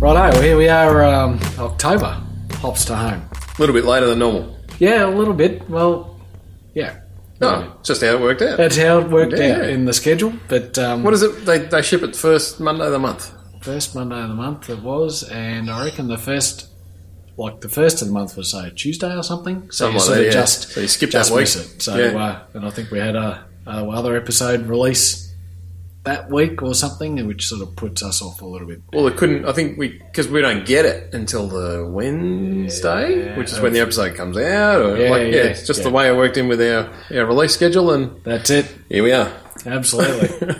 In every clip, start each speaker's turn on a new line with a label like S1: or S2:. S1: Righto, here we are, um, October. Hops to home.
S2: A little bit later than normal.
S1: Yeah, a little bit. Well, yeah.
S2: No, it's Um, just how it worked out.
S1: Oh. That's how it worked
S2: Yeah.
S1: out in the schedule. But um,
S2: What is it? They, they ship it first Monday of the month.
S1: first Monday of the month it was, and I reckon the first, like the first of the month was say Tuesday or something. So
S2: Something
S1: you
S2: like
S1: sort of
S2: that, yeah.
S1: just
S2: So you skip
S1: just
S2: that week.
S1: miss it. So
S2: Yeah.
S1: uh, and I think we had our, our other episode release that week or something, which sort of puts us off a little bit.
S2: Well, it couldn't. I think we because we don't get it until the Wednesday,
S1: Yeah.
S2: which is when the episode comes out. Or
S1: Yeah,
S2: like, yeah,
S1: yeah,
S2: it's just the
S1: yeah.
S2: way it worked in with our, our release schedule, and
S1: That's it.
S2: here we are.
S1: Absolutely.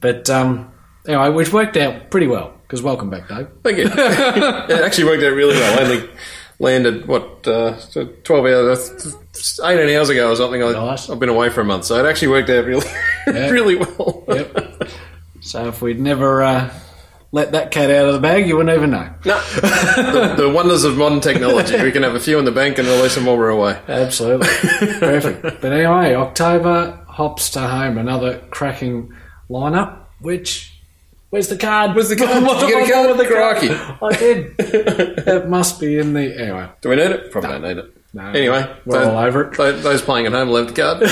S1: but um, anyway, which worked out pretty well. Because welcome back, Dave.
S2: Thank you. it actually worked out really well. I only landed what uh, twelve hours, uh, eighteen hours ago or something. I,
S1: Nice.
S2: I've been away for a month, so it actually worked out really,
S1: Yeah.
S2: really well.
S1: Yep. So if we'd never uh, let that cat out of the bag, you wouldn't even know.
S2: No. the, the wonders of modern technology. We can have a few in the bank and release them while we're away.
S1: Absolutely. Perfect. But anyway, October hops to home. Another cracking lineup. Which where's the card? Where's
S2: the card?
S1: What's
S2: Did you get a card?
S1: I did. it must be in the anyway.
S2: Do we need it? Probably don't need it.
S1: No.
S2: Anyway,
S1: we're
S2: those,
S1: all over it.
S2: tho- those playing at home left guard.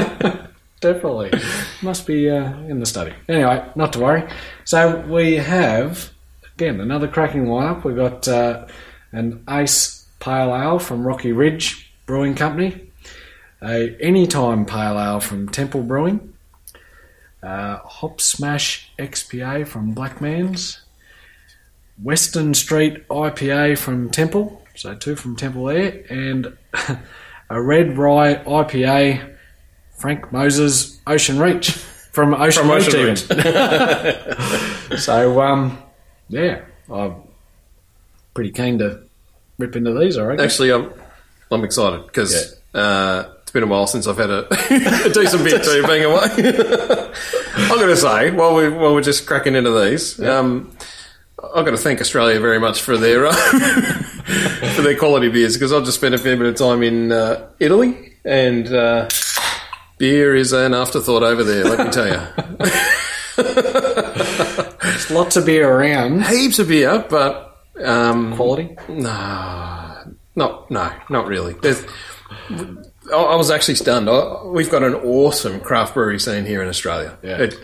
S1: Definitely must be uh, in the study. Anyway, not to worry. So we have again another cracking lineup. We've got uh, an Ace Pale Ale from Rocky Ridge Brewing Company, a Anytime Pale Ale from Temple Brewing, uh, Hop Smash XPA from Blackman's, Western Street IPA from Temple. So two from Temple there, and a Red Rye IPA Frank Moses Ocean Reach from Ocean
S2: From
S1: Reach.
S2: Ocean
S1: even. so um, yeah, I'm pretty keen to rip into these. I reckon.
S2: Actually, I'm, I'm excited because uh, it's been a while since I've had a, a decent bit too being away. I'm going to say while we while we're just cracking into these, um, I've got to thank Australia very much for their uh, for their quality beers because I've just spent a fair bit of time in uh, Italy and uh, beer is an afterthought over there. Let me tell you,
S1: There's lots of beer around.
S2: heaps of beer, but um,
S1: Quality.
S2: No, not no, not really. There's, I I was actually stunned. I, we've got an awesome craft brewery scene here in Australia.
S1: Yeah.
S2: It,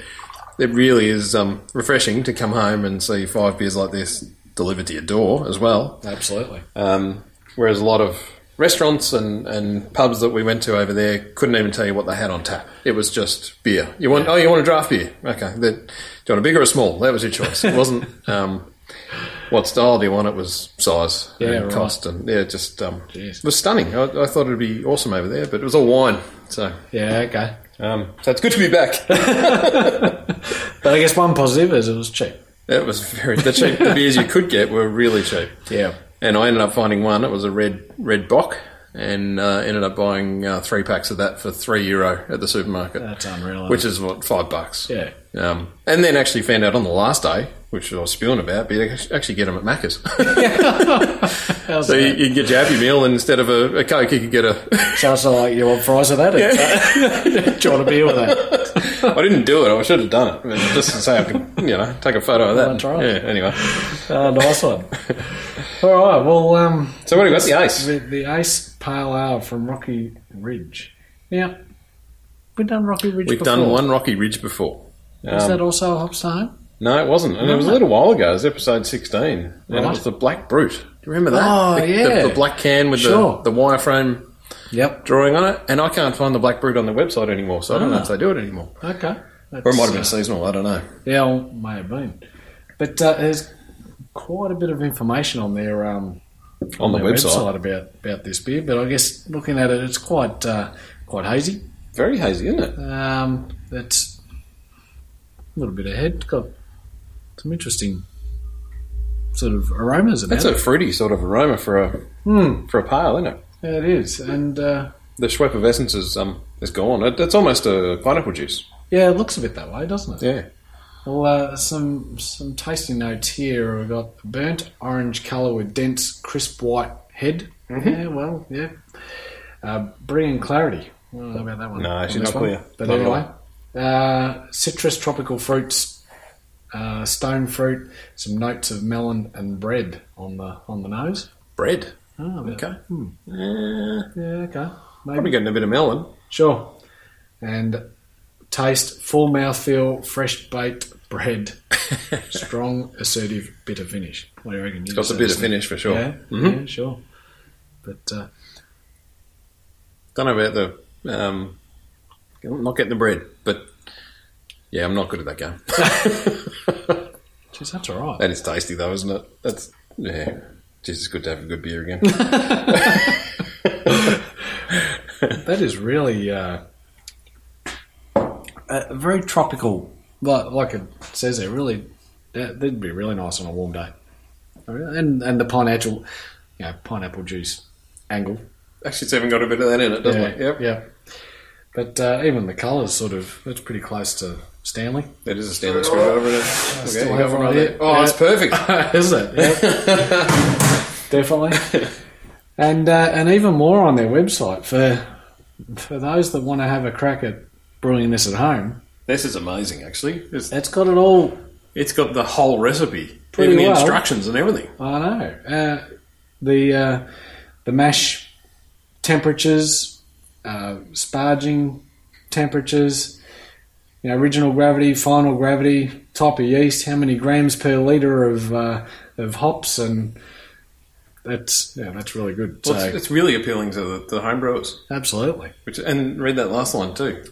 S2: it really is um, refreshing to come home and see five beers like this delivered to your door as well.
S1: Absolutely.
S2: Um, whereas a lot of restaurants and, and pubs that we went to over there couldn't even tell you what they had on tap. It was just beer. You want? Oh, you want a draft beer? Okay. The, do you want a big or a small? That was your choice. It wasn't um, what style do you want. It was size
S1: Yeah,
S2: and
S1: right.
S2: cost and yeah, just um,
S1: Jeez.
S2: it was stunning. I, I thought it'd be awesome over there, but it was all wine. So
S1: Yeah. Okay.
S2: um, so it's good to be back.
S1: But I guess one positive is it was cheap.
S2: That was very the cheap. The beers you could get were really cheap.
S1: Yeah.
S2: and I ended up finding one. It was a red red bock, and uh, ended up buying uh, three packs of that for three euro at the supermarket,
S1: That's unreal.
S2: which is what five bucks.
S1: yeah.
S2: Um, and then actually found out on the last day, which I was spewing about, but you can actually get them at Macca's.
S1: How's
S2: so you,
S1: that?
S2: you get your happy meal and instead of a, a coke, you could get a.
S1: So it's not like you want fries with that. It's- Do you want a beer with that?
S2: I didn't do it. I should have done it I mean, just to say I could, you know, take a photo of that.
S1: That's right.
S2: Yeah. Anyway,
S1: Uh, nice one. All right. Well. Um,
S2: so what do you got? The ace.
S1: The, the Ace Pale Ale from Rocky Ridge. Now, we've done Rocky Ridge
S2: We've
S1: before.
S2: done one Rocky Ridge before.
S1: Is
S2: Um,
S1: that also a Hopster Home?
S2: No, it wasn't. And it was a little while ago. It was episode 16. And it
S1: Right.
S2: was the Black Brute. Do you remember that?
S1: Oh,
S2: the, the-
S1: yeah.
S2: The, black can with
S1: Sure.
S2: the, the wireframe
S1: Yep.
S2: drawing on it. And I can't find the Black Brute on the website anymore, so I don't know
S1: Ah.
S2: if they do it anymore.
S1: Okay. That's,
S2: Or it might have been
S1: uh,
S2: seasonal. I don't know.
S1: yeah, well, may have been. But uh, there's quite a bit of information on their, um,
S2: On the
S1: their
S2: website.
S1: about, about this beer, but I guess looking at it, it's quite uh, quite hazy.
S2: Very hazy, isn't it?
S1: Um, it's a little bit ahead. It's got some interesting sort of aromas in
S2: That's
S1: it.
S2: a fruity sort of aroma for a
S1: Hmm.
S2: for a pale, isn't it?
S1: Yeah, it is. And. Uh,
S2: The Schwepp of Essence is, um, is gone. It, it's almost a pineapple juice.
S1: Yeah, it looks a bit that way, doesn't it?
S2: Yeah.
S1: Well, uh, some some tasty notes here. We've got burnt orange colour with dense, crisp white head.
S2: Mm-hmm.
S1: Yeah, well, yeah. Uh, brie and clarity. I don't know about that one.
S2: No,
S1: On
S2: she's
S1: this
S2: not
S1: one.
S2: clear.
S1: But
S2: Not at
S1: anyway, uh, citrus, tropical fruits, uh, stone fruit, some notes of melon and bread on the on the nose.
S2: Bread.
S1: Oh, yeah.
S2: Okay.
S1: Hmm.
S2: Eh,
S1: Yeah, okay. Maybe.
S2: probably getting a bit of melon.
S1: Sure. And taste full mouthfeel, fresh baked bread, strong, assertive, bitter finish. What do you reckon?
S2: Got a bit of finish for sure.
S1: Yeah,
S2: Mhm.
S1: yeah sure. But uh,
S2: Don't know about the um, not getting the bread, but yeah, I'm not good at that game.
S1: geez, that's all right.
S2: that is tasty though, isn't it? That's yeah. Jeez, it's good to have a good beer again.
S1: That is really uh, a very tropical, like, like it says there. Really, that, that'd be really nice on a warm day. And and the pineapple, you know, pineapple juice angle.
S2: Actually, it's even got a bit of that in it, doesn't
S1: yeah,
S2: it? Yep.
S1: yeah. But uh, even the colours, sort of, it's pretty close to Stanley,
S2: That is a Stanley screwdriver. isn't it? Okay,
S1: still
S2: you
S1: have
S2: got one
S1: one
S2: right
S1: here.
S2: there. Oh,
S1: Yeah.
S2: it's perfect.
S1: is it? Yeah. Definitely. And uh, and even more on their website for for those that want to have a crack at brewing this at home.
S2: This is amazing, actually. It's,
S1: It's got it all
S2: it's got the whole recipe,
S1: Pretty
S2: even
S1: well.
S2: the instructions and everything.
S1: I know. Uh, the uh, the mash temperatures, uh, sparging temperatures, you know, original gravity, final gravity, type of yeast, how many grams per liter of uh, of hops, and that's yeah, that's really good.
S2: Well,
S1: so
S2: it's, it's really appealing to the, the homebrewers.
S1: absolutely.
S2: Which and read that last line too.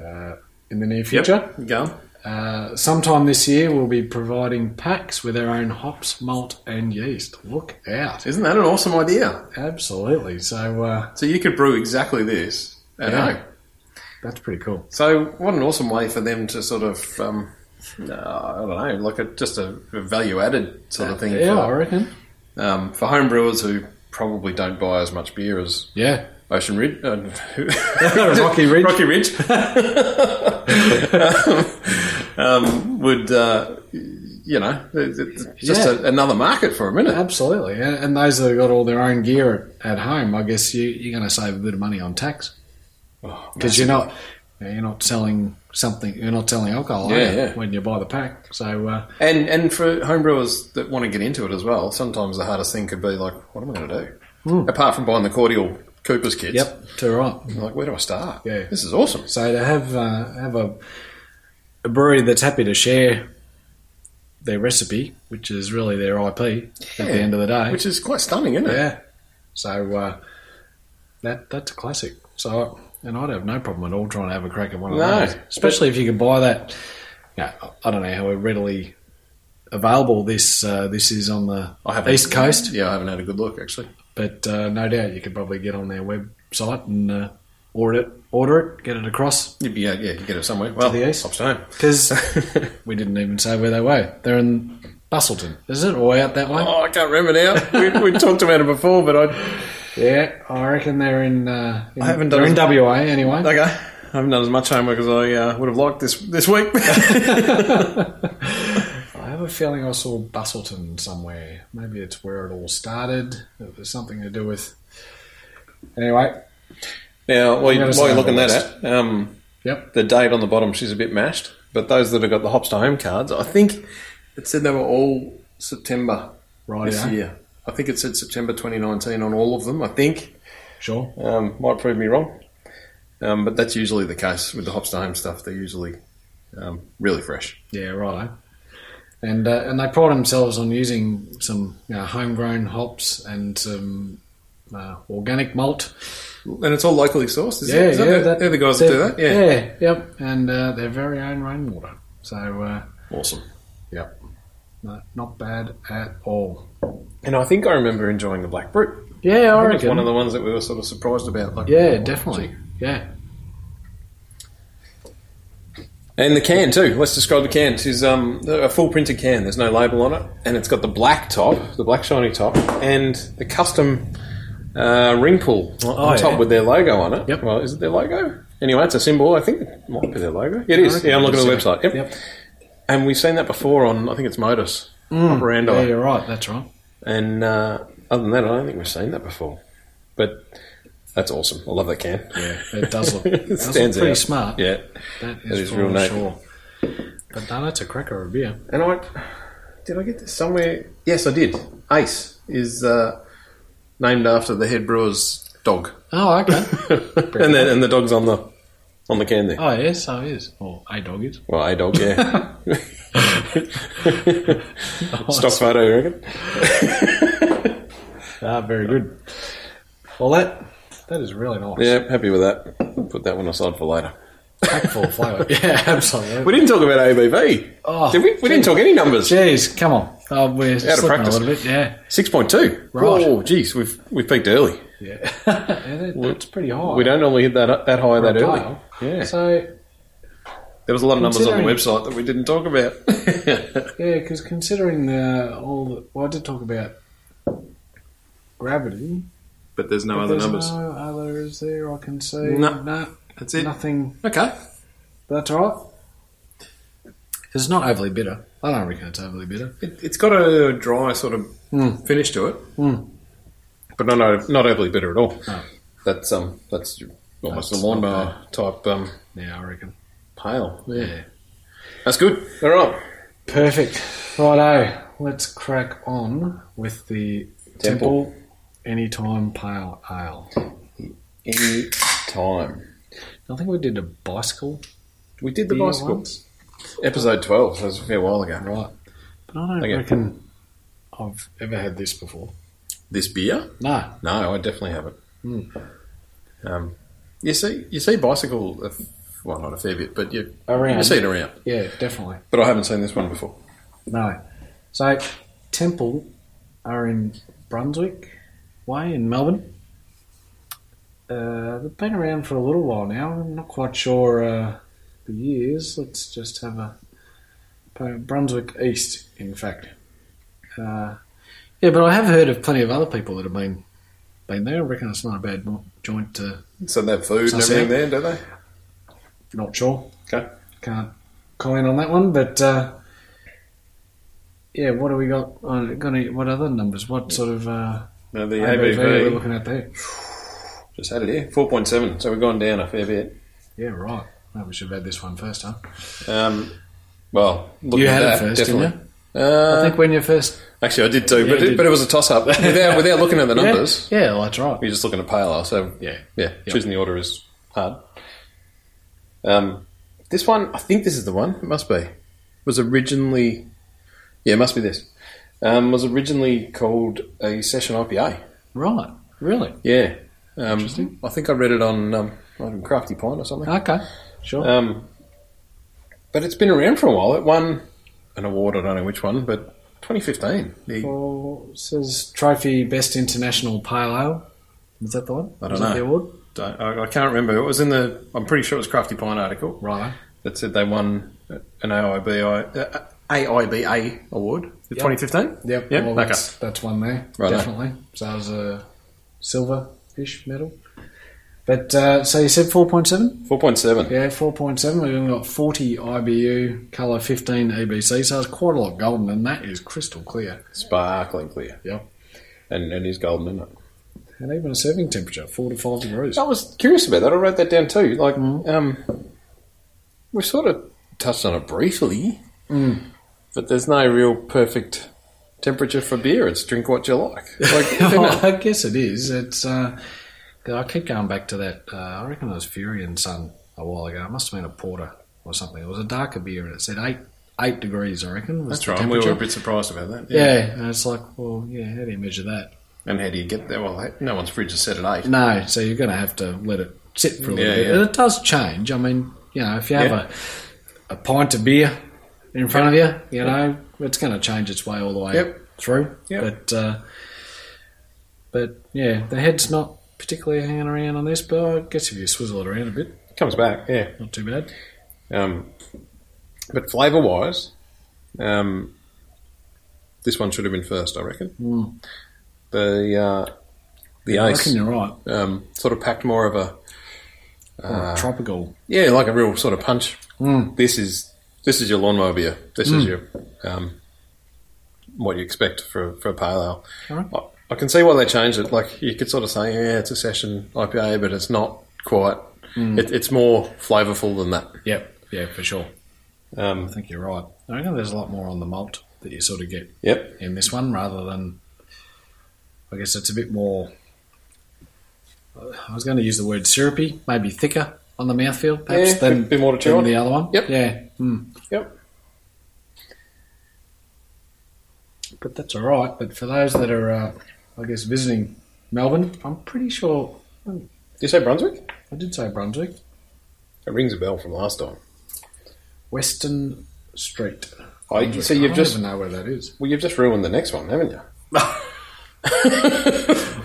S1: Uh, in the near future,
S2: Go. on.
S1: uh, sometime this year, we'll be providing packs with our own hops, malt, and yeast. Look out!
S2: Isn't that an awesome idea?
S1: Absolutely. So uh,
S2: So you could brew exactly this at
S1: Yeah.
S2: home.
S1: that's pretty cool.
S2: So what an awesome way for them to sort of, um, uh, I don't know, like a, just a value added sort of thing
S1: Yeah, I
S2: for,
S1: reckon.
S2: um, for home brewers who probably don't buy as much beer as
S1: Yeah.
S2: Ocean Ridge, uh,
S1: Rocky Ridge.
S2: Rocky Ridge, um, would uh, you know? it- It's just
S1: Yeah. Uh,
S2: a, another market for them, isn't it?
S1: Absolutely. And, and those that have got all their own gear at, at home, I guess you, you're going to save a bit of money on tax
S2: Oh,
S1: because you're not you're not selling something you're not selling alcohol are
S2: Yeah,
S1: you,
S2: yeah.
S1: when you buy the pack. So uh,
S2: And and for homebrewers that want to get into it as well, sometimes the hardest thing could be like, what am I going to do?
S1: Hmm.
S2: Apart from buying the cordial Cooper's kits,
S1: yep, too right.
S2: like where do I start?
S1: Yeah.
S2: this is awesome.
S1: So to have uh, have a, a brewery that's happy to share their recipe, which is really their IP at
S2: Yeah.
S1: the end of the day,
S2: Which is quite stunning, isn't it?
S1: Yeah. So uh, that that's a classic. So and I'd have no problem at all trying to have a crack at one of
S2: No.
S1: those, especially if you could buy that. Yeah, I don't know how readily available this uh, this is on the
S2: I haven't-
S1: East Coast,
S2: Yeah, I haven't had a good look actually.
S1: but uh, no doubt you could probably get on their website and uh, order it, order it, get it across.
S2: You'd be yeah, yeah, you get it somewhere. Well,
S1: the east.
S2: pops home.
S1: Because we didn't even say where they were. They're in Bustleton, is it, or out that way?
S2: Oh, I can't remember now. We, we talked about it before, but I
S1: Yeah, I reckon they're in. Uh, in
S2: I haven't done
S1: they're in
S2: as-
S1: WA anyway.
S2: okay. I haven't done as much homework as I uh, would have liked this this week.
S1: I have a feeling I saw Bustleton somewhere. Maybe it's where it all started. It was something to do with. Anyway,
S2: now, while, you,
S1: I'm gonna
S2: while
S1: say
S2: you're looking
S1: I'm
S2: that at, um,
S1: yep.
S2: the date on the bottom, she's a bit mashed. But those that have got the hops to home cards, I think it said they were all September
S1: Right
S2: this year. I think it said September 2019 on all of them. I think
S1: Sure.
S2: Um, might prove me wrong, um, but that's usually the case with the hops to home stuff. They're usually um, really fresh.
S1: Yeah, right. And uh, and they pride themselves on using some you know, homegrown hops and some uh, organic malt.
S2: And it's all locally sourced, is it? Is that-
S1: that-
S2: they're the guys that do that? Yeah.
S1: Yeah, yep. And uh, their very own rainwater. So, uh,
S2: Awesome.
S1: no, not bad at all.
S2: And I think I remember enjoying the Black Brute.
S1: Yeah, I,
S2: I think it's
S1: reckon.
S2: one of the ones that we were sort of surprised about. Like,
S1: yeah, definitely. Yeah.
S2: And the can, too. Let's describe the can. It's um, a full printed can. There's no label on it. And it's got the black top, the black shiny top, and the custom uh, ring pull on
S1: Oh,
S2: top
S1: yeah.
S2: with their logo on it.
S1: Yep.
S2: Well, is it their logo? Anyway, it's a symbol. I think it might be their logo. It is. Yeah, I'm looking at the website. Yep.
S1: Yep.
S2: And we've seen that before on, I think it's Modus, Operandi.
S1: Mm. Yeah, you're right. That's right.
S2: And uh, other than that, I don't think we've seen that before. But that's awesome. I love that can.
S1: Yeah, it does look, it
S2: It
S1: does look
S2: stands
S1: pretty
S2: out.
S1: smart.
S2: Yeah.
S1: That is,
S2: That is
S1: for
S2: real neat.
S1: sure. Banana to cracker or beer.
S2: And I did I get this somewhere? Yes, I did. Ace is uh, named after the head brewer's dog,
S1: Oh, okay.
S2: and then and the dog's on the on the can there.
S1: oh, yes, oh, yes. Or a dog is.
S2: Well, a dog, yeah. Stock photo, you reckon?
S1: Ah, very good. Well, that that is really nice.
S2: Yeah, happy with that. Put that one aside for later.
S1: Impactful flavour. yeah, absolutely.
S2: We didn't talk about ABV.
S1: Oh,
S2: Did we? We didn't talk any numbers.
S1: Jeez, come on. Oh, we're slipping
S2: practice.
S1: a little bit. Yeah,
S2: Six point two.
S1: Right.
S2: Oh, geez, we've we've peaked early.
S1: yeah. yeah that, that's pretty high.
S2: We don't normally hit that that high that
S1: For a
S2: early.
S1: pale.
S2: Yeah,
S1: So
S2: there was a lot of numbers on the
S1: Considering-
S2: website that we didn't talk about.
S1: yeah, because considering uh, all the well, I did talk about gravity.
S2: but there's no
S1: but
S2: other
S1: there's
S2: numbers.
S1: No others there I can see.
S2: No.
S1: no
S2: That's it.
S1: nothing.
S2: Okay.
S1: That's all right. It's not overly bitter. I don't reckon it's overly bitter.
S2: It, it's got a dry sort of
S1: Mm.
S2: finish to it,
S1: Mm.
S2: but not o- not overly bitter at all.
S1: No.
S2: That's um that's almost
S1: That's
S2: a lawnmower type um
S1: Yeah, I reckon.
S2: pale.
S1: Yeah.
S2: That's good. All right.
S1: Perfect. Righto. Let's crack on with the
S2: Temple.
S1: Temple, Anytime Pale Ale.
S2: Any time.
S1: I think we did a bicycle
S2: We did the
S1: beer
S2: bicycle
S1: once.
S2: episode twelve. That was a fair while ago.
S1: Right. But I don't
S2: Okay.
S1: reckon I've ever had this before.
S2: This beer?
S1: No.
S2: No, I definitely haven't. Um, you see, you see bicycle. a f- Well, not a fair bit, but you
S1: Around.
S2: you see it around.
S1: Yeah, definitely.
S2: But I haven't seen this one before.
S1: No. So, Temple are in Brunswick Way in Melbourne. Uh, they've been around for a little while now. I'm not quite sure uh, the years. Let's just have a uh, Brunswick East, in fact. Uh, yeah, but I have heard of plenty of other people that have been been there. I reckon it's not a bad mo- joint to
S2: So they have food and
S1: That's
S2: everything there, do they?
S1: Not sure.
S2: Okay.
S1: Can't comment on that one, but uh, yeah, what do we got? Oh, got any, what other numbers? What sort of uh,
S2: No, the
S1: ABV are we
S2: ABV
S1: looking at there?
S2: just had it here, four point seven. So we've gone down a fair bit.
S1: Yeah, right. No, we should have had this one first, huh?
S2: Um, well, looking
S1: You
S2: at
S1: had it
S2: that,
S1: first, didn't
S2: definitely.
S1: I
S2: Uh,
S1: think when you first
S2: actually, I did too,
S1: Yeah,
S2: but,
S1: you
S2: it,
S1: did.
S2: but it was a toss-up. without, without looking at the numbers,
S1: Yeah, yeah well, that's right.
S2: we are just looking at pale ale. So
S1: Yeah,
S2: Yeah, choosing the order is hard. Um, this one, I think this is the one. It must be. Was originally, yeah, it must be this. Um, was originally called a session IPA.
S1: right. Really?
S2: Yeah, um, interesting. I think I read it on um, on Crafty Pint or something.
S1: Okay. Sure.
S2: Um, but it's been around for a while. It won an award. I don't know which one, but 2015. The,
S1: well, it says trophy best international pale ale. Is that the one?
S2: I don't
S1: Is that
S2: know.
S1: the award?
S2: I, I can't remember. It was in the. I'm pretty sure it was Crafty Pint article.
S1: Right.
S2: that said they won an AIBI, uh, AIBA award in
S1: Yep.
S2: 2015.
S1: Yep.
S2: Yep,
S1: Well,
S2: okay.
S1: that's, that's one there.
S2: Right on.
S1: definitely. So it was a silver ish medal. But uh, so you said 4.7?
S2: 4.7.
S1: Yeah, 4.7. We've only got 40 IBU, colour 15 EBC. So it's quite a lot golden, and that is crystal clear.
S2: Sparkling clear.
S1: Yep.
S2: And, and he's golden, isn't it?
S1: And even a serving temperature, 4 to 5 degrees.
S2: I was curious about that. I wrote that down too. Like,
S1: Mm.
S2: um, we sort of touched on it briefly,
S1: Mm.
S2: but there's no real perfect temperature for beer. It's drink what you like. Like, oh. isn't it?
S1: Well, I guess it is. It's. Uh, I keep going back to that. Uh, I reckon it was Fury and Son a while ago. It must have been a porter or something. It was a darker beer, and it said eight eight degrees. I reckon. Was
S2: That's
S1: the
S2: right. and We were
S1: temperature.
S2: a bit surprised about that.
S1: Yeah. and it's like, well, yeah, how do you measure that?
S2: And how do you get there? Well, no one's fridge is set at eight.
S1: No, so you're going to have to let it sit for a little
S2: Yeah,
S1: bit.
S2: yeah.
S1: And it does change. I mean, you know, if you have
S2: Yeah.
S1: a, a pint of beer in front of you, you know, it's going to change its way all the way
S2: Yep.
S1: through.
S2: Yep.
S1: But, uh, but yeah, the head's not particularly hanging around on this, but I guess if you swizzle it around a bit,
S2: Comes back. Yeah.
S1: not too bad.
S2: Um, but flavour wise, um, this one should have been first, I reckon.
S1: Mm.
S2: The uh, the
S1: I
S2: ace
S1: reckon you're right.
S2: um, sort of packed more of a
S1: Or
S2: Uh.
S1: tropical.
S2: yeah, like a real sort of punch.
S1: Mm.
S2: This is this is your lawnmower beer. This is your um, what you expect for for a pale ale.
S1: Alright.
S2: I, I can see why they changed it. Like you could sort of say, yeah, it's a session IPA, but Hmm. it's not quite. It, it's more flavourful than that.
S1: Yep. Yeah, for sure. I
S2: Um,
S1: think you're right. I reckon there's a lot more on the malt that you sort of get
S2: yep.
S1: in this one rather than. I guess it's a bit more. I was going to use the word syrupy, maybe thicker on the mouthfeel, perhaps,
S2: yeah,
S1: than,
S2: bit, bit more to chew
S1: than
S2: on.
S1: the other one.
S2: Yep.
S1: Yeah. Hmm.
S2: Yep.
S1: But that's all right. But for those that are, uh, I guess, visiting Melbourne, I'm pretty sure
S2: Did you say Brunswick?
S1: I did say Brunswick.
S2: It rings a bell from last time.
S1: Western Street.
S2: I,
S1: Brunswick.
S2: so you've
S1: I don't
S2: just
S1: even know where that is.
S2: well, you've just ruined the next one, haven't you?
S1: I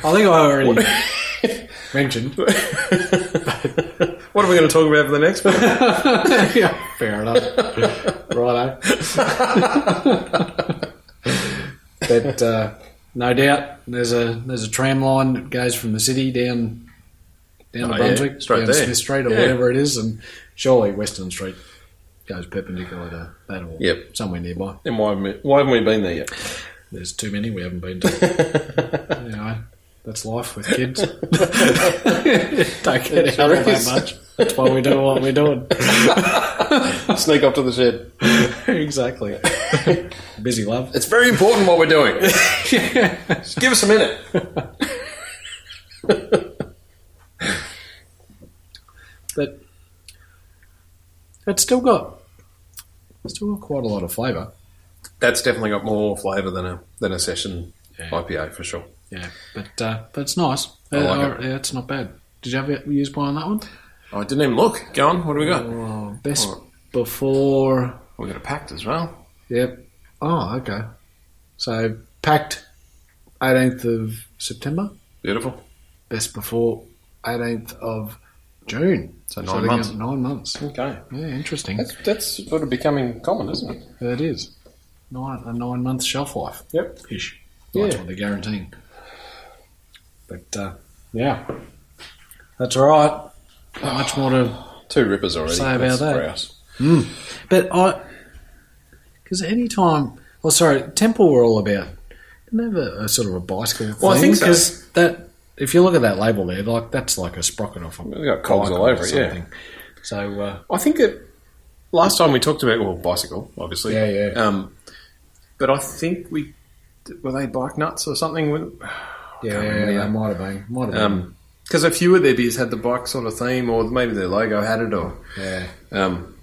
S1: think I already mentioned.
S2: What are we going to talk about for the next one?
S1: yeah, fair enough. Righto. but uh, no doubt there's a there's a tram line that goes from the city down down
S2: Oh,
S1: to
S2: yeah,
S1: Brunswick,
S2: straight
S1: down
S2: there.
S1: Smith Street or
S2: Yeah.
S1: whatever it is, and surely Western Street goes perpendicular to that or
S2: Yep.
S1: somewhere nearby.
S2: Then why haven't we, why haven't we been there yet?
S1: There's too many we haven't been to. anyway, that's life with kids. Don't get out of that
S2: is.
S1: much. That's why we do what we're doing.
S2: Sneak up to the shed.
S1: exactly. Busy love.
S2: It's very important what we're doing. Just give us a minute.
S1: but it's still got it's still got quite a lot of flavour.
S2: That's definitely got more flavour than a than a session
S1: Yeah.
S2: IPA for sure.
S1: Yeah, but uh, but it's nice.
S2: I like
S1: Uh, Yeah, it's not bad. Did you ever use one on that one?
S2: I didn't even look. Go on. What do we got?
S1: Oh, best
S2: Alright.
S1: before.
S2: We got a pact as well.
S1: Yep. Oh, okay. So packed, eighteenth of September.
S2: Beautiful.
S1: Best before eighteenth of June.
S2: So
S1: So
S2: nine
S1: they
S2: months.
S1: got Nine months.
S2: Okay.
S1: Yeah, interesting.
S2: That's that's sort of becoming common, isn't it?
S1: It is nine a nine month shelf life.
S2: Yep.
S1: ish. That's
S2: Yeah.
S1: what they're guaranteeing. But uh, yeah, that's all right. Not much more to.
S2: Two rippers already.
S1: Say about
S2: That's
S1: that.
S2: grouse.
S1: But I, because any time, oh sorry, Temple were all about never a sort of a bicycle.
S2: Well, I
S1: thing,
S2: think so.
S1: 'cause that if you look at that label there, like that's like a sprocket off.
S2: We've got cogs all over it, yeah.
S1: So uh,
S2: I think that last time we talked about well bicycle, obviously.
S1: Yeah, yeah.
S2: Um, but I think we were they bike nuts or something.
S1: yeah,
S2: remember
S1: they
S2: that.
S1: might have been, might have
S2: Um 'cause because a few of their beers had the bike sort of theme, or maybe their logo had it, or
S1: been. Yeah,
S2: um,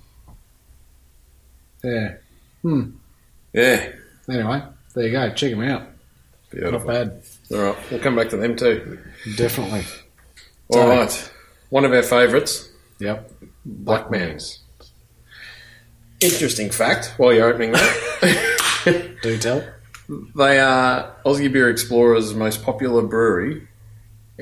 S1: yeah.
S2: yeah,
S1: Anyway, there you go. Check them out. Not
S2: beautiful.
S1: bad,
S2: All right, we'll come back to them too.
S1: definitely.
S2: All
S1: So-
S2: right, one of our favourites,
S1: Yep.
S2: Black Man's. Interesting fact. While you're opening that,
S1: Do tell.
S2: They are Aussie Beer Explorer's most popular brewery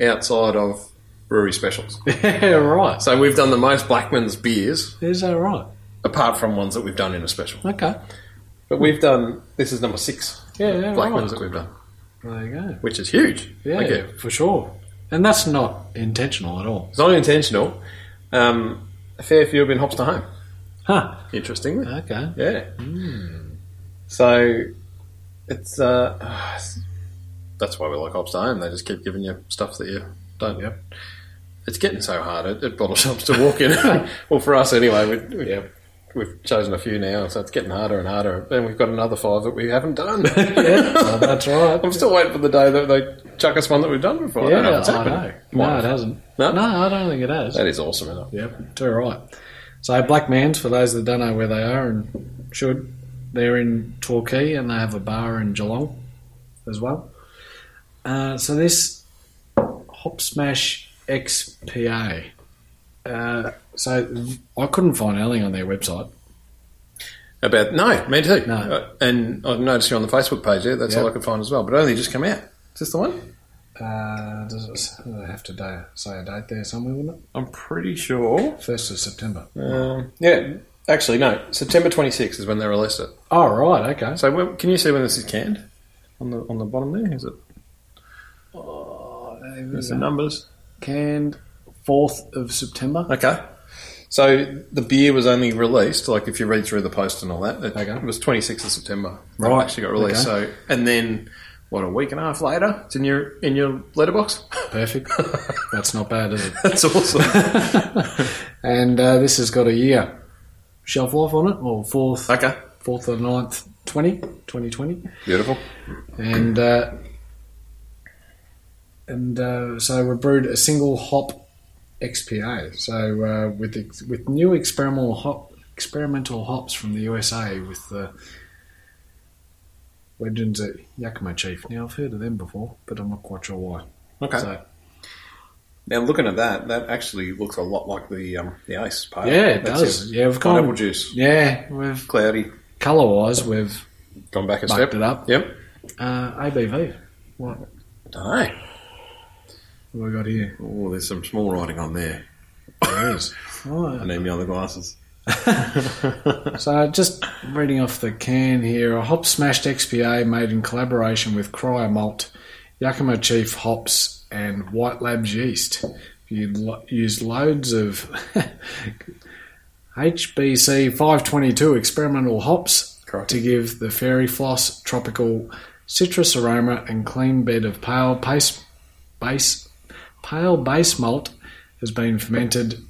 S2: outside of brewery specials.
S1: yeah, right.
S2: So we've done the most Blackman's beers,
S1: Is that right?
S2: apart from ones that we've done in a special.
S1: Okay.
S2: But we've done, this is number six
S1: Yeah, yeah,
S2: Blackman's
S1: right.
S2: that we've done,
S1: There you go.
S2: which is huge.
S1: Yeah,
S2: Like,
S1: for sure. And that's not intentional at all.
S2: It's not intentional. Um, a fair few have been hops to home,
S1: Huh.
S2: interestingly.
S1: Okay.
S2: Yeah.
S1: Hmm.
S2: So it's, uh, that's why we like hops to home. They just keep giving you stuff that you don't
S1: Yep.
S2: it's getting so hard at, at bottle shops to walk in. well, for us anyway, we, we,
S1: Yep.
S2: we've chosen a few now, so it's getting harder and harder. And we've got another five that we haven't done.
S1: Yeah, well, that's right.
S2: I'm still waiting for the day that they chuck us one that we've done before. I
S1: yeah,
S2: don't know if it's
S1: I
S2: happened.
S1: know.
S2: Might
S1: No, it
S2: have.
S1: hasn't.
S2: No?
S1: No, I don't think it has.
S2: That is awesome, isn't it?
S1: Yep, too right. So, Black Man's, for those that don't know where they are and should, they're in Torquay and they have a bar in Geelong as well. Uh, so, this Hop Smash XPA. Uh, so, I couldn't find anything on their website.
S2: About no, me too.
S1: No.
S2: Uh, and I noticed you on the Facebook page there. That's
S1: Yep.
S2: all I could find as well. But it only just come out. Is this the one?
S1: Uh, does it I have to da- say a date there somewhere, wouldn't
S2: I'm pretty sure.
S1: it? 1st of September.
S2: Um, yeah, actually, no. September 26th is when they released it.
S1: Oh, right, okay.
S2: So when, can you see when this is canned? On the on the bottom there is it?
S1: Oh, there we
S2: Is the
S1: go.
S2: numbers?
S1: Canned 4th of September.
S2: Okay. So the beer was only released, like if you read through the post and all that, it,
S1: Okay.
S2: it was 26th of September.
S1: Right.
S2: It actually got released. So and then what a week and a half later, it's in your in your letterbox.
S1: Perfect. That's not bad, is it?
S2: That's awesome.
S1: and uh, this has got a year. shelf life on it, or fourth,
S2: Okay.
S1: fourth or ninth, 20, 2020.
S2: Beautiful.
S1: and uh, and uh, so we brewed a single hop XPA. So uh, with ex- with new experimental hop experimental hops from the USA with the Legends at Yakima Chief. Now I've heard of them before, but I'm not quite sure why.
S2: Okay.
S1: So,
S2: Now looking at that, that actually looks a lot like the um, the ice pile.
S1: yeah, it
S2: That's
S1: does. Yeah, we've
S2: Pineapple
S1: gone.
S2: juice,
S1: Yeah, we've
S2: cloudy,
S1: color wise we've
S2: gone back a
S1: bucked
S2: step.
S1: it up.
S2: Yep.
S1: Uh, ABV. What have
S2: Aye.
S1: we got here?
S2: Oh, there's some small writing on there.
S1: There is. Oh,
S2: I need my other glasses.
S1: So, just reading off the can here a hop smashed XPA made in collaboration with Cryo Malt, Yakima Chief Hops, and White Labs Yeast. You lo- use loads of HBC 522 experimental hops
S2: Correct.
S1: to give the fairy floss tropical citrus aroma and clean bed of pale base, base, pale base malt has been fermented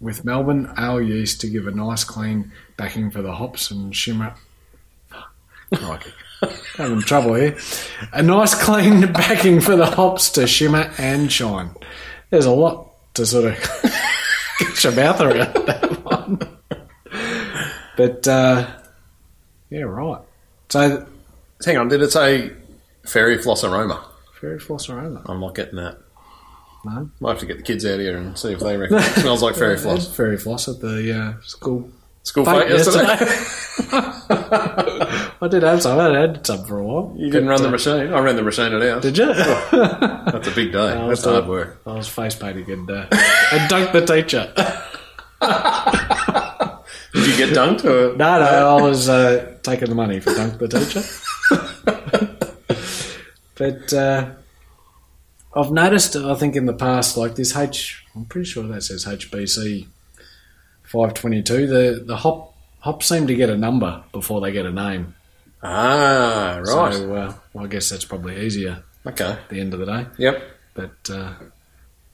S1: with Melbourne ale yeast to give a nice clean backing for the hops and shimmer. Crikey. Having trouble here. A nice clean backing for the hops to shimmer and shine. There's a lot to sort of get your mouth around that one. But uh, yeah, right. So
S2: Hang on, did it say fairy floss aroma?
S1: fairy floss aroma.
S2: I'm not getting that.
S1: No.
S2: Might have to get the kids out here and see if they reckon it smells like fairy floss.
S1: It's Fairy floss at the uh, school.
S2: School
S1: Fight
S2: fight yesterday.
S1: I did have some. I had some for a while.
S2: You Oh. didn't
S1: But,
S2: run the
S1: uh,
S2: machine. I ran the machine at ours.
S1: Did Oh, you?
S2: That's a big day.
S1: I
S2: That's
S1: was
S2: hard
S1: doing-
S2: work.
S1: I was face painting and, uh, and dunked the teacher.
S2: Did you get dunked? Or?
S1: No, no, I was uh, taking the money for dunk the teacher. but uh, I've noticed, I think in the past, like this H, I'm pretty sure that says HBC 522. The the hop hops seem to get a number before they get a name.
S2: Ah, right.
S1: So uh, well, I guess that's probably easier
S2: okay.
S1: at the end of the day.
S2: Yep.
S1: But uh,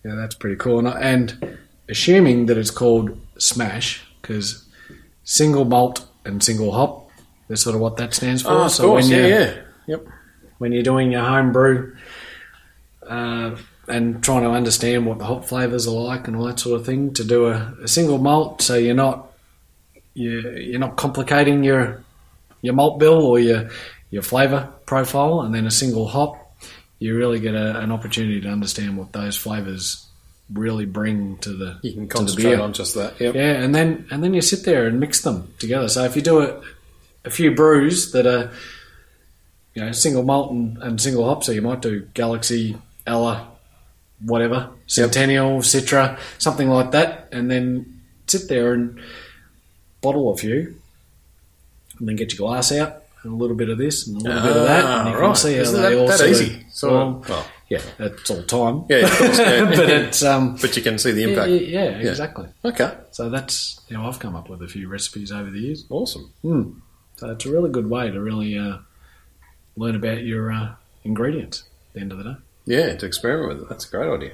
S1: yeah, that's pretty cool. And, and assuming that it's called Smash because single malt and single hop is sort of what that stands for.
S2: Oh, of course.
S1: when
S2: Yeah,
S1: you
S2: yeah.
S1: when you're doing your home brew uh, and trying to understand what the hop flavors are like and all that sort of thing, to do a, a single malt, so you're not you you're not complicating your your malt bill or your your flavor profile, and then a single hop, you really get a, an opportunity to understand what those flavors really bring to the
S2: You can
S1: to the
S2: concentrate
S1: beer.
S2: on just that. Yep.
S1: Yeah, and then and then you sit there and mix them together. So if you do a, a few brews that are you know single malt and, and single hop, so you might do Galaxy, Ella, whatever, Centennial, Citra, something like that, and then sit there and bottle a few, and then get your glass out and a little bit of this and a little bit of that, and
S2: Ah,
S1: you can
S2: right.
S1: see how
S2: Isn't
S1: they
S2: that-
S1: all
S2: that
S1: sort of-
S2: easy? Sort
S1: well,
S2: of- well.
S1: yeah, that's all time.
S2: Yeah, of course, yeah.
S1: but it's um,
S2: But you can see the
S1: yeah,
S2: impact.
S1: yeah,
S2: Yeah.
S1: exactly.
S2: Okay.
S1: So that's how I've come up with a few recipes over the years.
S2: Awesome.
S1: So it's a really good way to really uh, learn about your uh, ingredients at the end of the day.
S2: Yeah, to experiment with it. That's a great idea.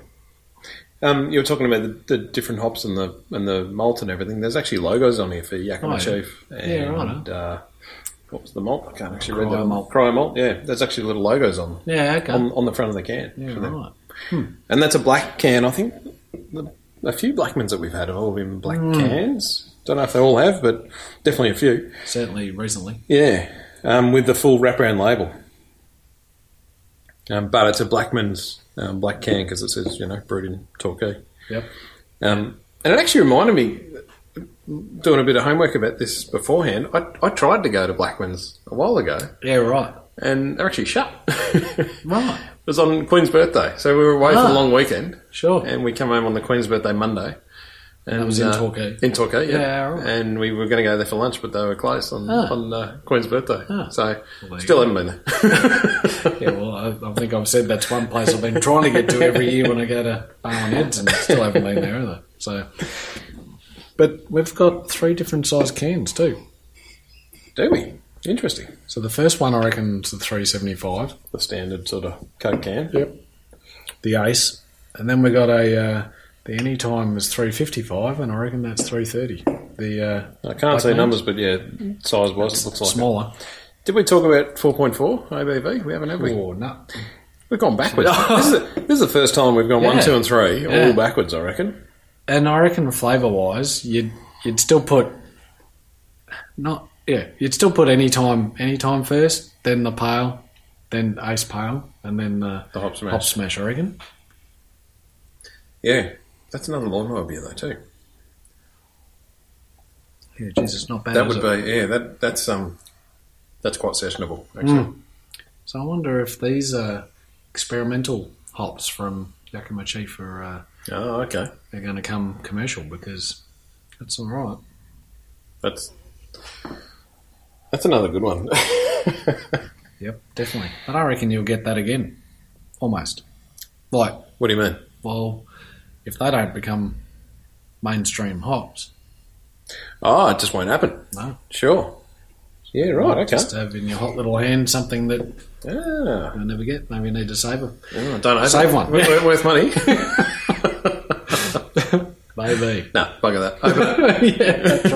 S2: Um, you were talking about the, the different hops and the and the malt and everything. There's actually logos on here for Yakima
S1: Oh, yeah.
S2: Chief and
S1: Yeah, right,
S2: uh, what was the malt? I can't actually read
S1: Cryo
S2: that.
S1: malt.
S2: Cryo malt. Yeah, there's actually little logos on
S1: Yeah, okay.
S2: on, on the front of the can.
S1: yeah,
S2: for them.
S1: right.
S2: And that's a black can. I think the, a few Blackmans that we've had have all been black
S1: Hmm.
S2: cans. Don't know if they all have, but definitely a few.
S1: Certainly recently.
S2: Yeah, um, with the full wraparound label. Um, but it's a Blackman's um, black can because it says, you know, brewed in Torquay.
S1: Yep.
S2: Um, and it actually reminded me, doing a bit of homework about this beforehand, I, I tried to go to Blackman's a while ago
S1: Yeah, right.
S2: and they're actually shut. it
S1: Right.
S2: was on Queen's birthday. So we were away for
S1: Ah.
S2: a long weekend.
S1: Sure.
S2: And we come home on the Queen's birthday Monday. And uh,
S1: That was in Torquay.
S2: In Torquay, yeah.
S1: Yeah, right.
S2: And we were going to go there for lunch, but they were closed on,
S1: Ah.
S2: on uh, Queen's birthday.
S1: Ah.
S2: So
S1: there you
S2: still haven't been there.
S1: Yeah, well, I, I think I've said that's one place I've been trying to get to every year when I go to Barwon Heads and still haven't been there either. So, But we've got three different size cans too.
S2: Do we? Interesting.
S1: So the first one I reckon is the 375.
S2: The standard sort of Coke can.
S1: Yep. the ace, and then we got a uh, the anytime was three fifty five, and I reckon that's three thirty. the uh,
S2: I can't see
S1: Black
S2: numbers, but yeah, size wise, it looks like. Small.
S1: smaller.
S2: Did we talk about 4.4 ABV? We haven't, have we?
S1: Or no.
S2: We've gone backwards. this, is the, this is the first time we've gone one,
S1: Yeah.
S2: two, and three,
S1: Yeah.
S2: all backwards. I reckon.
S1: And I reckon flavour wise, you'd you'd still put not yeah, you'd still put any time any time first, then the pale, then ace pale, and then uh,
S2: The hop smash.
S1: hop smash. I reckon.
S2: Yeah, that's another lawnmower beer though too.
S1: Yeah, Jesus, not bad.
S2: that
S1: is
S2: would
S1: it?
S2: be yeah. That that's um, that's quite sessionable actually.
S1: Mm. So I wonder if these are experimental hops from Yakima Chief are uh,
S2: Oh, okay.
S1: they're going to come commercial because that's all right.
S2: That's that's another good one.
S1: Yep, definitely. But I reckon you'll get that again, almost. Like
S2: what do you mean?
S1: well, if they don't become mainstream hops,
S2: Oh, it just won't happen.
S1: No.
S2: Sure. Yeah. Right. Okay.
S1: just have in your hot little hand something that
S2: ah,
S1: you'll never get. Maybe you need to save them.
S2: yeah, I don't know.
S1: Save one.
S2: Worth, worth- worth money.
S1: Maybe.
S2: no, bugger that. Open it.
S1: yeah, that's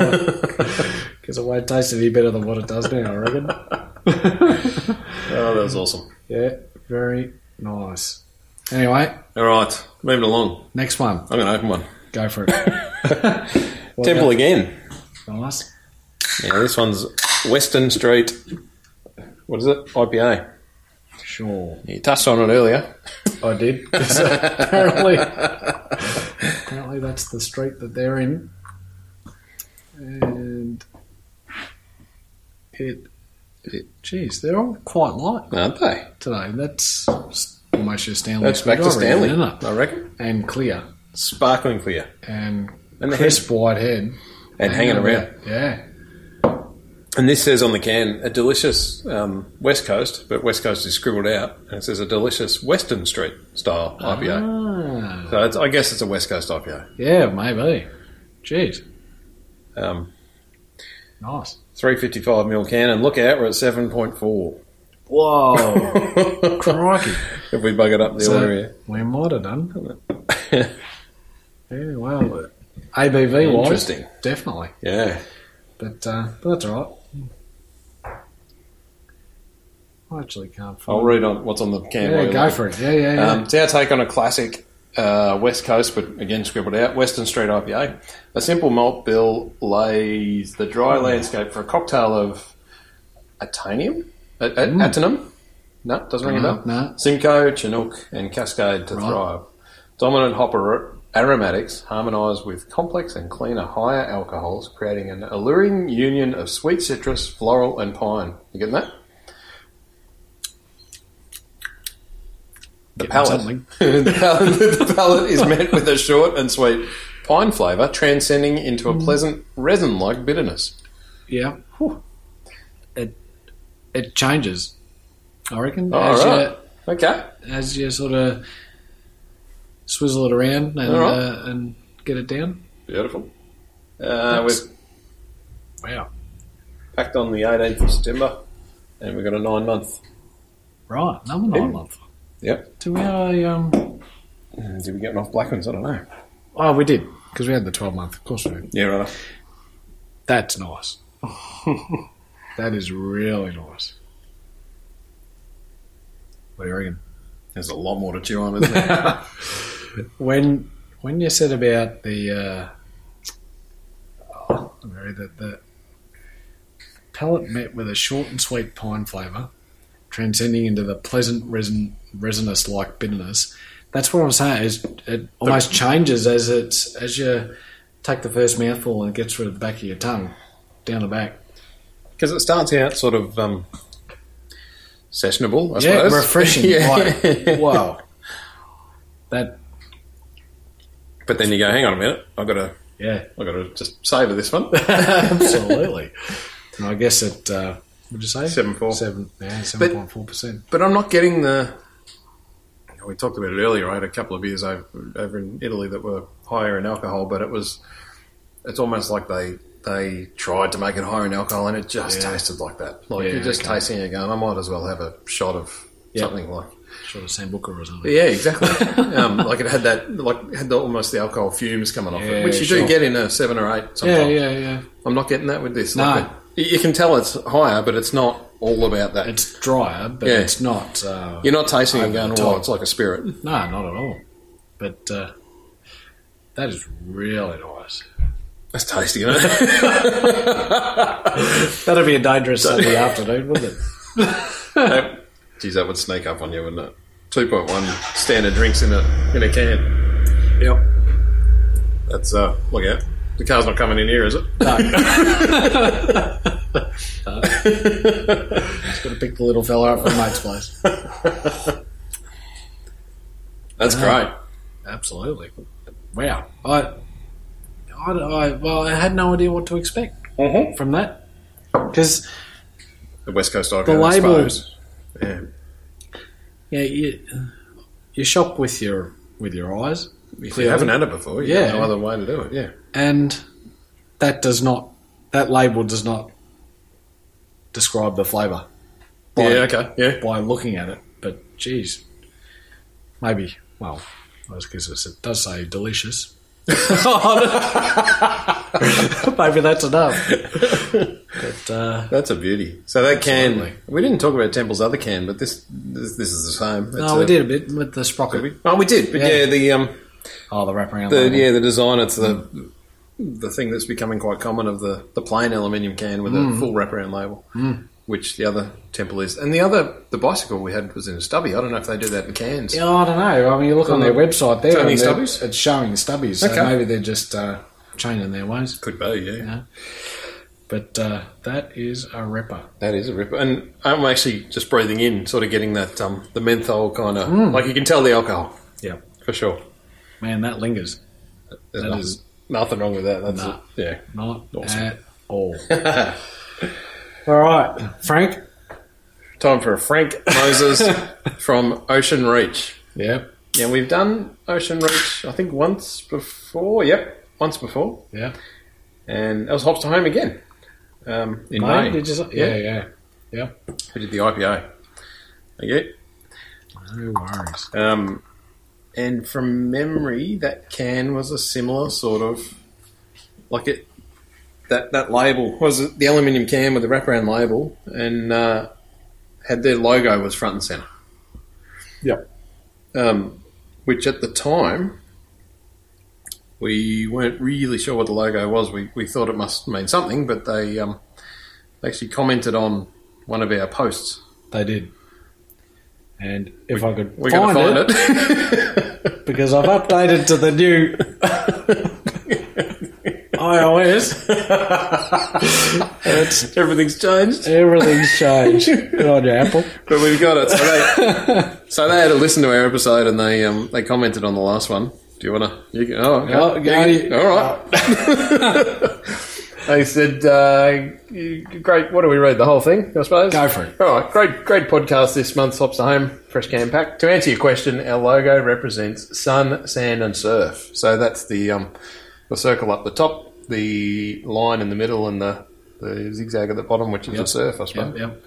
S1: right. Because it won't taste any better than what it does now, I reckon.
S2: Oh, that was awesome.
S1: yeah, very nice. Anyway,
S2: All right, moving along.
S1: next one.
S2: I'm going to open one.
S1: Go for it. What
S2: Temple again.
S1: about- Nice.
S2: Yeah, this one's Western Street. What is it? IPA.
S1: Sure.
S2: You touched on it earlier.
S1: Oh, I did. 'cause apparently, apparently that's the street that they're in, and it, it. Geez, they're all quite light
S2: Aren't they?
S1: today. That's almost your Stanley.
S2: That's back
S1: screwdriver
S2: to Stanley,
S1: again, isn't it?
S2: I reckon.
S1: And clear
S2: Sparkling for you.
S1: and,
S2: And the
S1: crisp white head
S2: And hanging around.
S1: Yeah,
S2: And this says on the can, a delicious um, West Coast, but West Coast is scribbled out, and it says a delicious Western Street style IPA.
S1: Ah,
S2: So it's, I guess it's a West Coast IPA.
S1: yeah, maybe. Geez,
S2: Um,
S1: nice.
S2: 355 mil can, and look out, we're at 7.4.
S1: Whoa,
S2: Oh,
S1: crikey!
S2: if we bug it up the
S1: So-
S2: order here.
S1: We might have done. Yeah, well, ABV wise,
S2: Interesting.
S1: definitely.
S2: Yeah.
S1: But, uh, but that's all right. I actually can't find.
S2: I'll read on what's on the can. while
S1: yeah,
S2: you
S1: go
S2: look.
S1: for it. Yeah, yeah, yeah.
S2: Um, it's our take on a classic uh, West Coast, but again scribbled out Western Street IPA. A simple malt bill lays the dry
S1: Hmm.
S2: landscape for a cocktail of atanium, a- a-
S1: Hmm.
S2: atanum. No, doesn't ring a
S1: No,
S2: bell.
S1: no.
S2: Simcoe, Chinook, and Cascade to
S1: Uh-huh. Right.
S2: thrive. Dominant hopper aromatics harmonise with complex and cleaner higher alcohols, creating an alluring union of sweet citrus, floral, and pine. You getting that? The
S1: Getting
S2: palate.
S1: something.
S2: the palate. The palate is met with a short and sweet pine flavour, transcending into a pleasant resin like bitterness.
S1: yeah.
S2: Whew.
S1: It it changes. I reckon
S2: All
S1: as
S2: right. Okay.
S1: you as you sort of swizzle it around and
S2: All right.
S1: uh, and get it down.
S2: Beautiful. Uh,
S1: Thanks.
S2: we've
S1: Wow.
S2: packed on the 18th of September and we've got a nine month.
S1: Right. Number nine
S2: Yeah.
S1: month.
S2: Yep.
S1: Do we have a um?
S2: Did we get off black ones? I don't know.
S1: Oh, we did because we had the twelve month. Of course we did.
S2: Yeah, right.
S1: That's nice. that is really nice. What do you reckon?
S2: There's a lot more to chew on, isn't there?
S1: when when you said about the uh, oh, Mary, the, the pellet met with a short and sweet pine flavour, transcending into the pleasant resin resinous like bitterness. That's what I'm saying. Is it almost changes as it's as you take the first mouthful and it gets rid of the back of your tongue, down the back.
S2: Because it starts out sort of um, sessionable, I
S1: yeah,
S2: suppose.
S1: refreshing. Like, wow, that
S2: But then you go, hang on a minute, I've got to,
S1: yeah,
S2: I've got to just savour this one.
S1: absolutely. and I guess it. Uh, would you say
S2: Seven four.
S1: Seven, yeah, seven point four percent.
S2: but I'm not getting the. We talked about it earlier. I had a couple of beers over, over in Italy that were higher in alcohol, but it was. It's almost like they they tried to make it higher in alcohol, and it just
S1: Yeah.
S2: tasted like that. Like
S1: Yeah,
S2: you're just
S1: okay.
S2: tasting it, going, I might as well have a shot of
S1: Yeah.
S2: something like.
S1: Sure, the Sambuca or something.
S2: But yeah, exactly. um, like it had that, like had the, almost the alcohol fumes coming off
S1: Yeah,
S2: it, which you
S1: sure.
S2: do get in a seven or eight.
S1: Yeah,
S2: Sometimes.
S1: yeah, yeah.
S2: I'm not getting that with this.
S1: No.
S2: Like, it- you can tell it's higher, but it's not all about that.
S1: It's drier, but
S2: Yeah.
S1: it's not. Uh,
S2: You're not tasting it
S1: Over
S2: and going,
S1: the
S2: "Oh,
S1: top.
S2: it's like a spirit."
S1: No, not at all. But uh, that is really nice.
S2: That's tasty, isn't it?
S1: That'd be a dangerous Sunday afternoon, wouldn't it?
S2: Yep. Geez, that would sneak up on you, wouldn't it? Two point one standard drinks in a in a can.
S1: Yep.
S2: That's uh, look out. The car's not coming in here, is it?
S1: Just gotta pick the little fella up from mate's place.
S2: That's great.
S1: Uh-huh. Absolutely. Wow. I, I, I, well, I had no idea what to expect from that because
S2: The West Coast IPA.
S1: the
S2: I
S1: labels.
S2: suppose. Yeah.
S1: Yeah, you, you shop with your with your eyes,
S2: If you haven't had it before, you yeah.
S1: Yeah.
S2: no other way to do it. Yeah.
S1: and that does not that label does not describe the flavour. By,
S2: Yeah. Okay. Yeah.
S1: by looking at it, but geez, maybe. Well, I was guess it does say delicious. maybe that's enough. But uh,
S2: That's a beauty. So that
S1: Absolutely.
S2: can. We didn't talk about Temple's other can, but this this, this is the same. It's
S1: no, we
S2: a-
S1: did a bit with the sprocket.
S2: We- Oh, we did. But
S1: Yeah.
S2: yeah, the um,
S1: Oh, the wraparound.
S2: the
S1: label.
S2: yeah, the design. It's the the thing that's becoming quite common of the the plain aluminium can with
S1: Mm.
S2: a full wraparound label, which the other Temple is, and the other the bicycle we had was in a stubby. I don't know if they do that in cans.
S1: Yeah, I don't know. I mean, you look on their website there,
S2: Only
S1: and they're-
S2: stubbies?
S1: it's showing stubbies. So
S2: Okay.
S1: maybe they're just uh, changing their ways.
S2: Could be, yeah.
S1: Yeah. But uh, that is a ripper.
S2: That is a ripper, and I'm actually just breathing in, sort of getting that um, the menthol kind of like you can tell the alcohol
S1: Mm. Yeah,
S2: for sure.
S1: man, that lingers.
S2: There's
S1: That
S2: nothing,
S1: is-
S2: nothing wrong with that. That's
S1: Nah.
S2: it. yeah.
S1: Not
S2: Awesome.
S1: at all. all right, Frank.
S2: Time for a Frank Moses from Ocean Reach.
S1: Yep.
S2: Yeah, we've done Ocean Reach, I think, once before. Yep, once before.
S1: Yeah.
S2: And that was Hops to Home again um, in
S1: Mate,
S2: May.
S1: did you say- yeah, yeah, yeah.
S2: We did the IPA. Okay.
S1: No worries.
S2: Um, and from memory, that can was a similar sort of like it. That that label was the aluminium can with the wraparound label, and uh, had their logo was front and center.
S1: Yep.
S2: Um, which at the time we weren't really sure what the logo was. We we thought it must mean something, but they um, they actually commented on one of our posts.
S1: They did. And if I could
S2: We're
S1: find,
S2: going to find
S1: it,
S2: it.
S1: because I've updated to the new iOS, it's,
S2: Everything's changed.
S1: everything's changed. Good on you, Apple.
S2: But we've got it. So they, so they had a listen to our episode and they um, they commented on the last one. Do you want to? You can, oh, okay.
S1: Oh, yeah,
S2: You can-
S1: yeah.
S2: all right. they said, uh, you- "Great. What do we read? The whole thing, I suppose."
S1: Go for it.
S2: All right. Great. Great podcast this month. Hops to home. Fresh can pack. To answer your question, our logo represents sun, sand, and surf. So that's the um, the circle up the top, the line in the middle, and the the zigzag at the bottom, which is a surf, I suppose.
S1: Yep,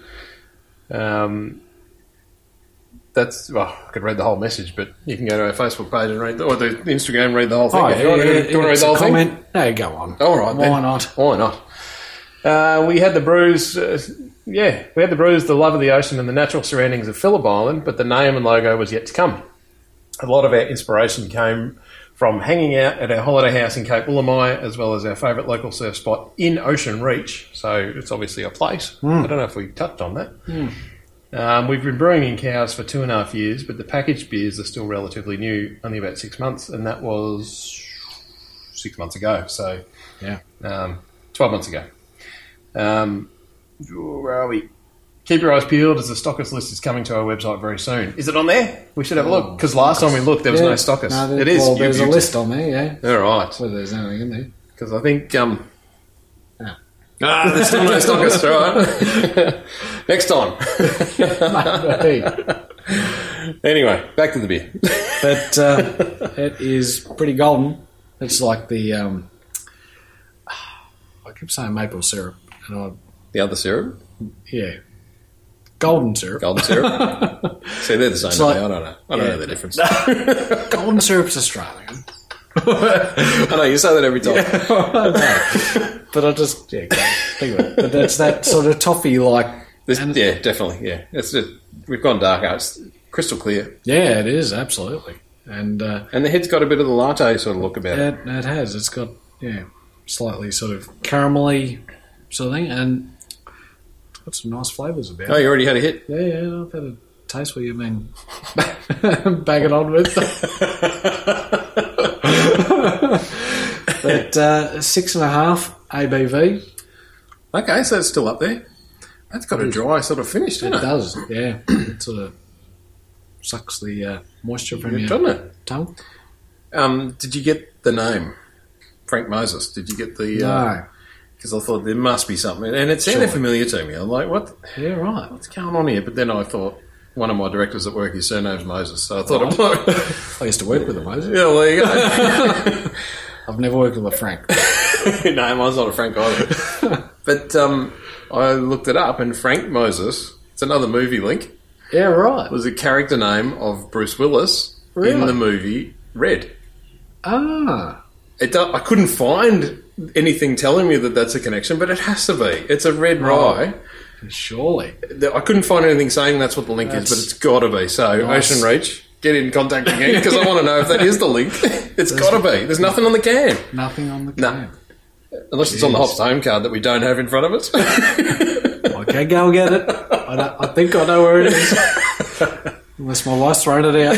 S1: yep.
S2: Um, that's well, I could read the whole message, but you can go to our Facebook page and read the, or the Instagram, and read the whole thing.
S1: Oh,
S2: if you want,
S1: yeah,
S2: to, do you want to read
S1: it's
S2: the
S1: a
S2: whole thing?
S1: comment. No, go on.
S2: All right,
S1: Why
S2: then.
S1: not?
S2: Why not? Uh, we had the brews. Uh, yeah, we had the brews, the love of the ocean, and the natural surroundings of Phillip Island, but the name and logo was yet to come. A lot of our inspiration came from hanging out at our holiday house in Cape Willamai, as well as our favourite local surf spot in Ocean Reach. So it's obviously a place. I don't know if we touched on that. Um, we've been brewing in cows for two and a half years, but the packaged beers are still relatively new, only about six months, and that was six months ago. So
S1: Yeah.
S2: um, 12 months ago. Um, where are we? Keep your eyes peeled as the stockers list is coming to our website very soon. Is it on there? We should have a look because last time we looked, there was Oh. no
S1: Yeah.
S2: stockers.
S1: No, there-
S2: it is.
S1: Well,
S2: you
S1: there's a
S2: beauty.
S1: list on there, yeah.
S2: All right.
S1: Whether there's anything in there.
S2: Because I think. Um,
S1: Ah.
S2: Ah, there's still no stockers. All right. Next time.
S1: Hey,
S2: anyway, back to the beer.
S1: but uh, it is pretty golden. It's like the. Um, I keep saying maple syrup, and I
S2: The other syrup.
S1: yeah, golden syrup.
S2: Golden syrup. See, they're the same.
S1: like-
S2: aren't they? I don't know. I don't
S1: Yeah.
S2: know the difference.
S1: golden syrup's Australian.
S2: I know you say that every time.
S1: But I just yeah, go- think about it. But that's that sort of toffee like.
S2: This- yeah, definitely. Yeah, it's a, we've gone dark. out. It's crystal clear,
S1: Yeah, it is absolutely, and uh,
S2: and the head's got a bit of the latte sort of look about it.
S1: it, it has. It's got yeah, slightly sort of caramelly sort of thing, and it's got some nice flavours about.
S2: Oh,
S1: it.
S2: you already had a hit.
S1: Yeah, yeah, I've had a taste where you've been banging on with. but uh, six and a half ABV.
S2: Okay, so it's still up there. That's got a dry sort of finish,
S1: It
S2: doesn't it?
S1: does, yeah. It sort of sucks the uh, moisture from
S2: Yeah,
S1: your
S2: doesn't it?
S1: tongue.
S2: Um, did you get the name Frank Moses? Did you get the?
S1: No.
S2: Because I thought there must be something, and it sounded
S1: Surely.
S2: familiar to me. I'm like, what?
S1: Yeah, right.
S2: What's going on here? But then I thought one of my directors at work, his surname's Moses, so I thought,
S1: Oh.
S2: it might-
S1: I used to work with a Moses.
S2: yeah, well, there you go.
S1: I've never worked with a Frank.
S2: no, mine's not a Frank either. but um, I looked it up, and Frank Moses, it's another movie link,
S1: yeah, right.
S2: was a character name of Bruce Willis in
S1: Really?
S2: the movie Red.
S1: Ah,
S2: It do- I couldn't find anything telling me that that's a connection, but it has to be. It's a red
S1: Oh.
S2: rye.
S1: surely.
S2: Th- I couldn't find anything saying that's what the link
S1: That's-
S2: is, but it's got to be. So,
S1: Nice.
S2: Ocean Reach, get in contact again because I want to know if that is the link. It's got to be. There's nothing on the can.
S1: Nothing on the
S2: No.
S1: can.
S2: Unless it's on the Hops Home card that we don't have in front of us.
S1: Okay, go get it. I, don't- I think I know where it is. Unless my wife's thrown it out.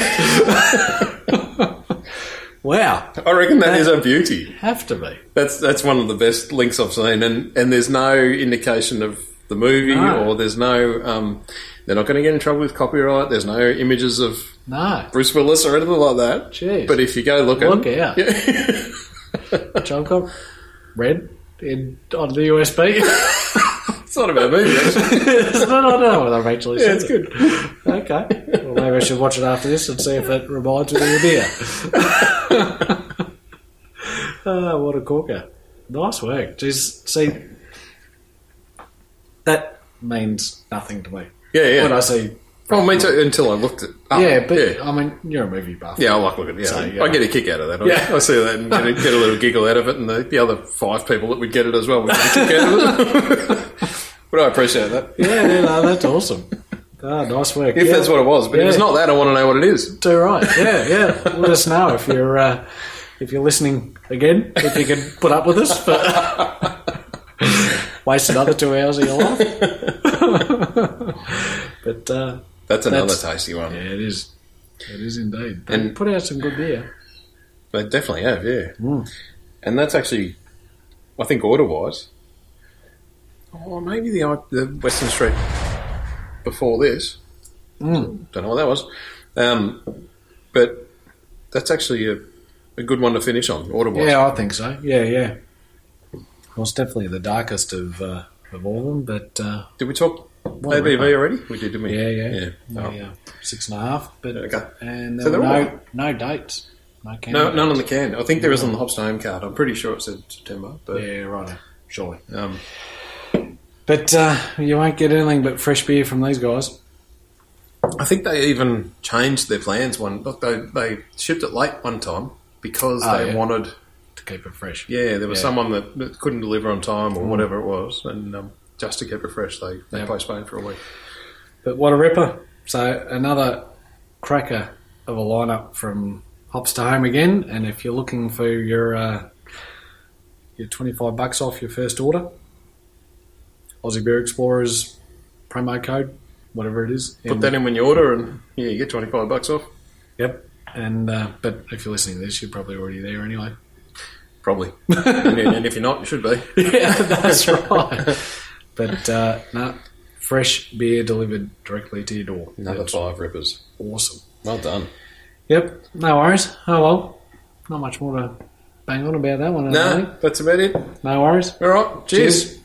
S1: wow,
S2: I reckon that is a beauty.
S1: have to be.
S2: That's that's one of the best links I've seen, and and there's no indication of the movie,
S1: No.
S2: or there's no um, they're not going to get in trouble with copyright. There's no images of
S1: No,
S2: Bruce Willis or anything like that.
S1: Jeez.
S2: But if you go looking,
S1: Look out.
S2: Yeah.
S1: John Cobb, red in, on the USB.
S2: it's not a bad movie. Actually.
S1: It's not on now whether I've actually seen
S2: Yeah, it's
S1: it.
S2: good.
S1: Okay. Well, maybe I should watch it after this and see if it reminds me of the beer. Ah, what a corker. Nice work. Jeez, see, that means nothing to me.
S2: Yeah, yeah.
S1: When I see.
S2: well, me too. Until I looked it. Up.
S1: yeah, but
S2: Oh, yeah.
S1: I mean, you're a movie buff.
S2: Yeah, I like looking at it. Yeah.
S1: So, yeah.
S2: I get a kick out of that. I,
S1: Yeah.
S2: I see that and get a, get a little giggle out of it, and the, the other five people that would get it as well would get a kick out of it. but I appreciate that.
S1: Yeah, yeah, no, that's awesome. Ah, nice work.
S2: If
S1: yeah,
S2: that's what it was, but if it's
S1: Yeah.
S2: not that, I want to know what it is.
S1: do right. Yeah, yeah. Let us know if you're uh, if you're listening again. If you can put up with us, but waste another two hours of your life. but uh,
S2: That's another
S1: That's-
S2: tasty one.
S1: yeah, it is. It is indeed. They
S2: And-
S1: put out some good beer.
S2: They definitely have, yeah.
S1: Mm.
S2: And that's actually, I think, order wise. Or maybe the, I- the Western Street before this.
S1: Mm.
S2: Don't know what that was. Um, but that's actually a, a good one to finish on, order wise.
S1: Yeah, I think so. Yeah, yeah. Well, it's definitely the darkest of uh, of all of them, but uh,
S2: Did we talk
S1: Well,
S2: ABV
S1: right.
S2: already? We did, didn't we?
S1: yeah, yeah,
S2: yeah. Oh.
S1: yeah, six and a half. But
S2: Okay.
S1: and there were
S2: So they're
S1: no
S2: all right.
S1: no dates, no can.
S2: No, none on the can. I think there is on the Hopstone Home card. I'm pretty sure it said September. But
S1: Yeah, right. Surely.
S2: um,
S1: But uh, you won't get anything but fresh beer from these guys.
S2: I think they even changed their plans one. Look, they, they shipped it late one time because
S1: Oh,
S2: they
S1: yeah.
S2: wanted
S1: To keep it fresh.
S2: Ah, Yeah, Mm. there was
S1: Yeah.
S2: someone that, that couldn't deliver on time or whatever it was, and um, just to keep it fresh, they, they
S1: Yeah.
S2: postponed for a week.
S1: But what a ripper. So another cracker of a lineup from Hops to Home again. And if you're looking for your uh, your 25 bucks off your first order, Aussie Beer Explorers promo code, whatever it is.
S2: Put that in when you order, and yeah, you get twenty five bucks off.
S1: Yep. And uh, but if you're listening to this, you're probably already there anyway.
S2: Probably, and, and if you're not, you should be.
S1: yeah, that's right. But uh, no, fresh beer delivered directly to your door.
S2: Another five rippers.
S1: Awesome.
S2: Well done.
S1: Yep, no worries. Oh well, not much more to bang on about that one. I don't
S2: No,
S1: think.
S2: that's about it.
S1: no worries.
S2: All right, cheers.
S1: Cheers.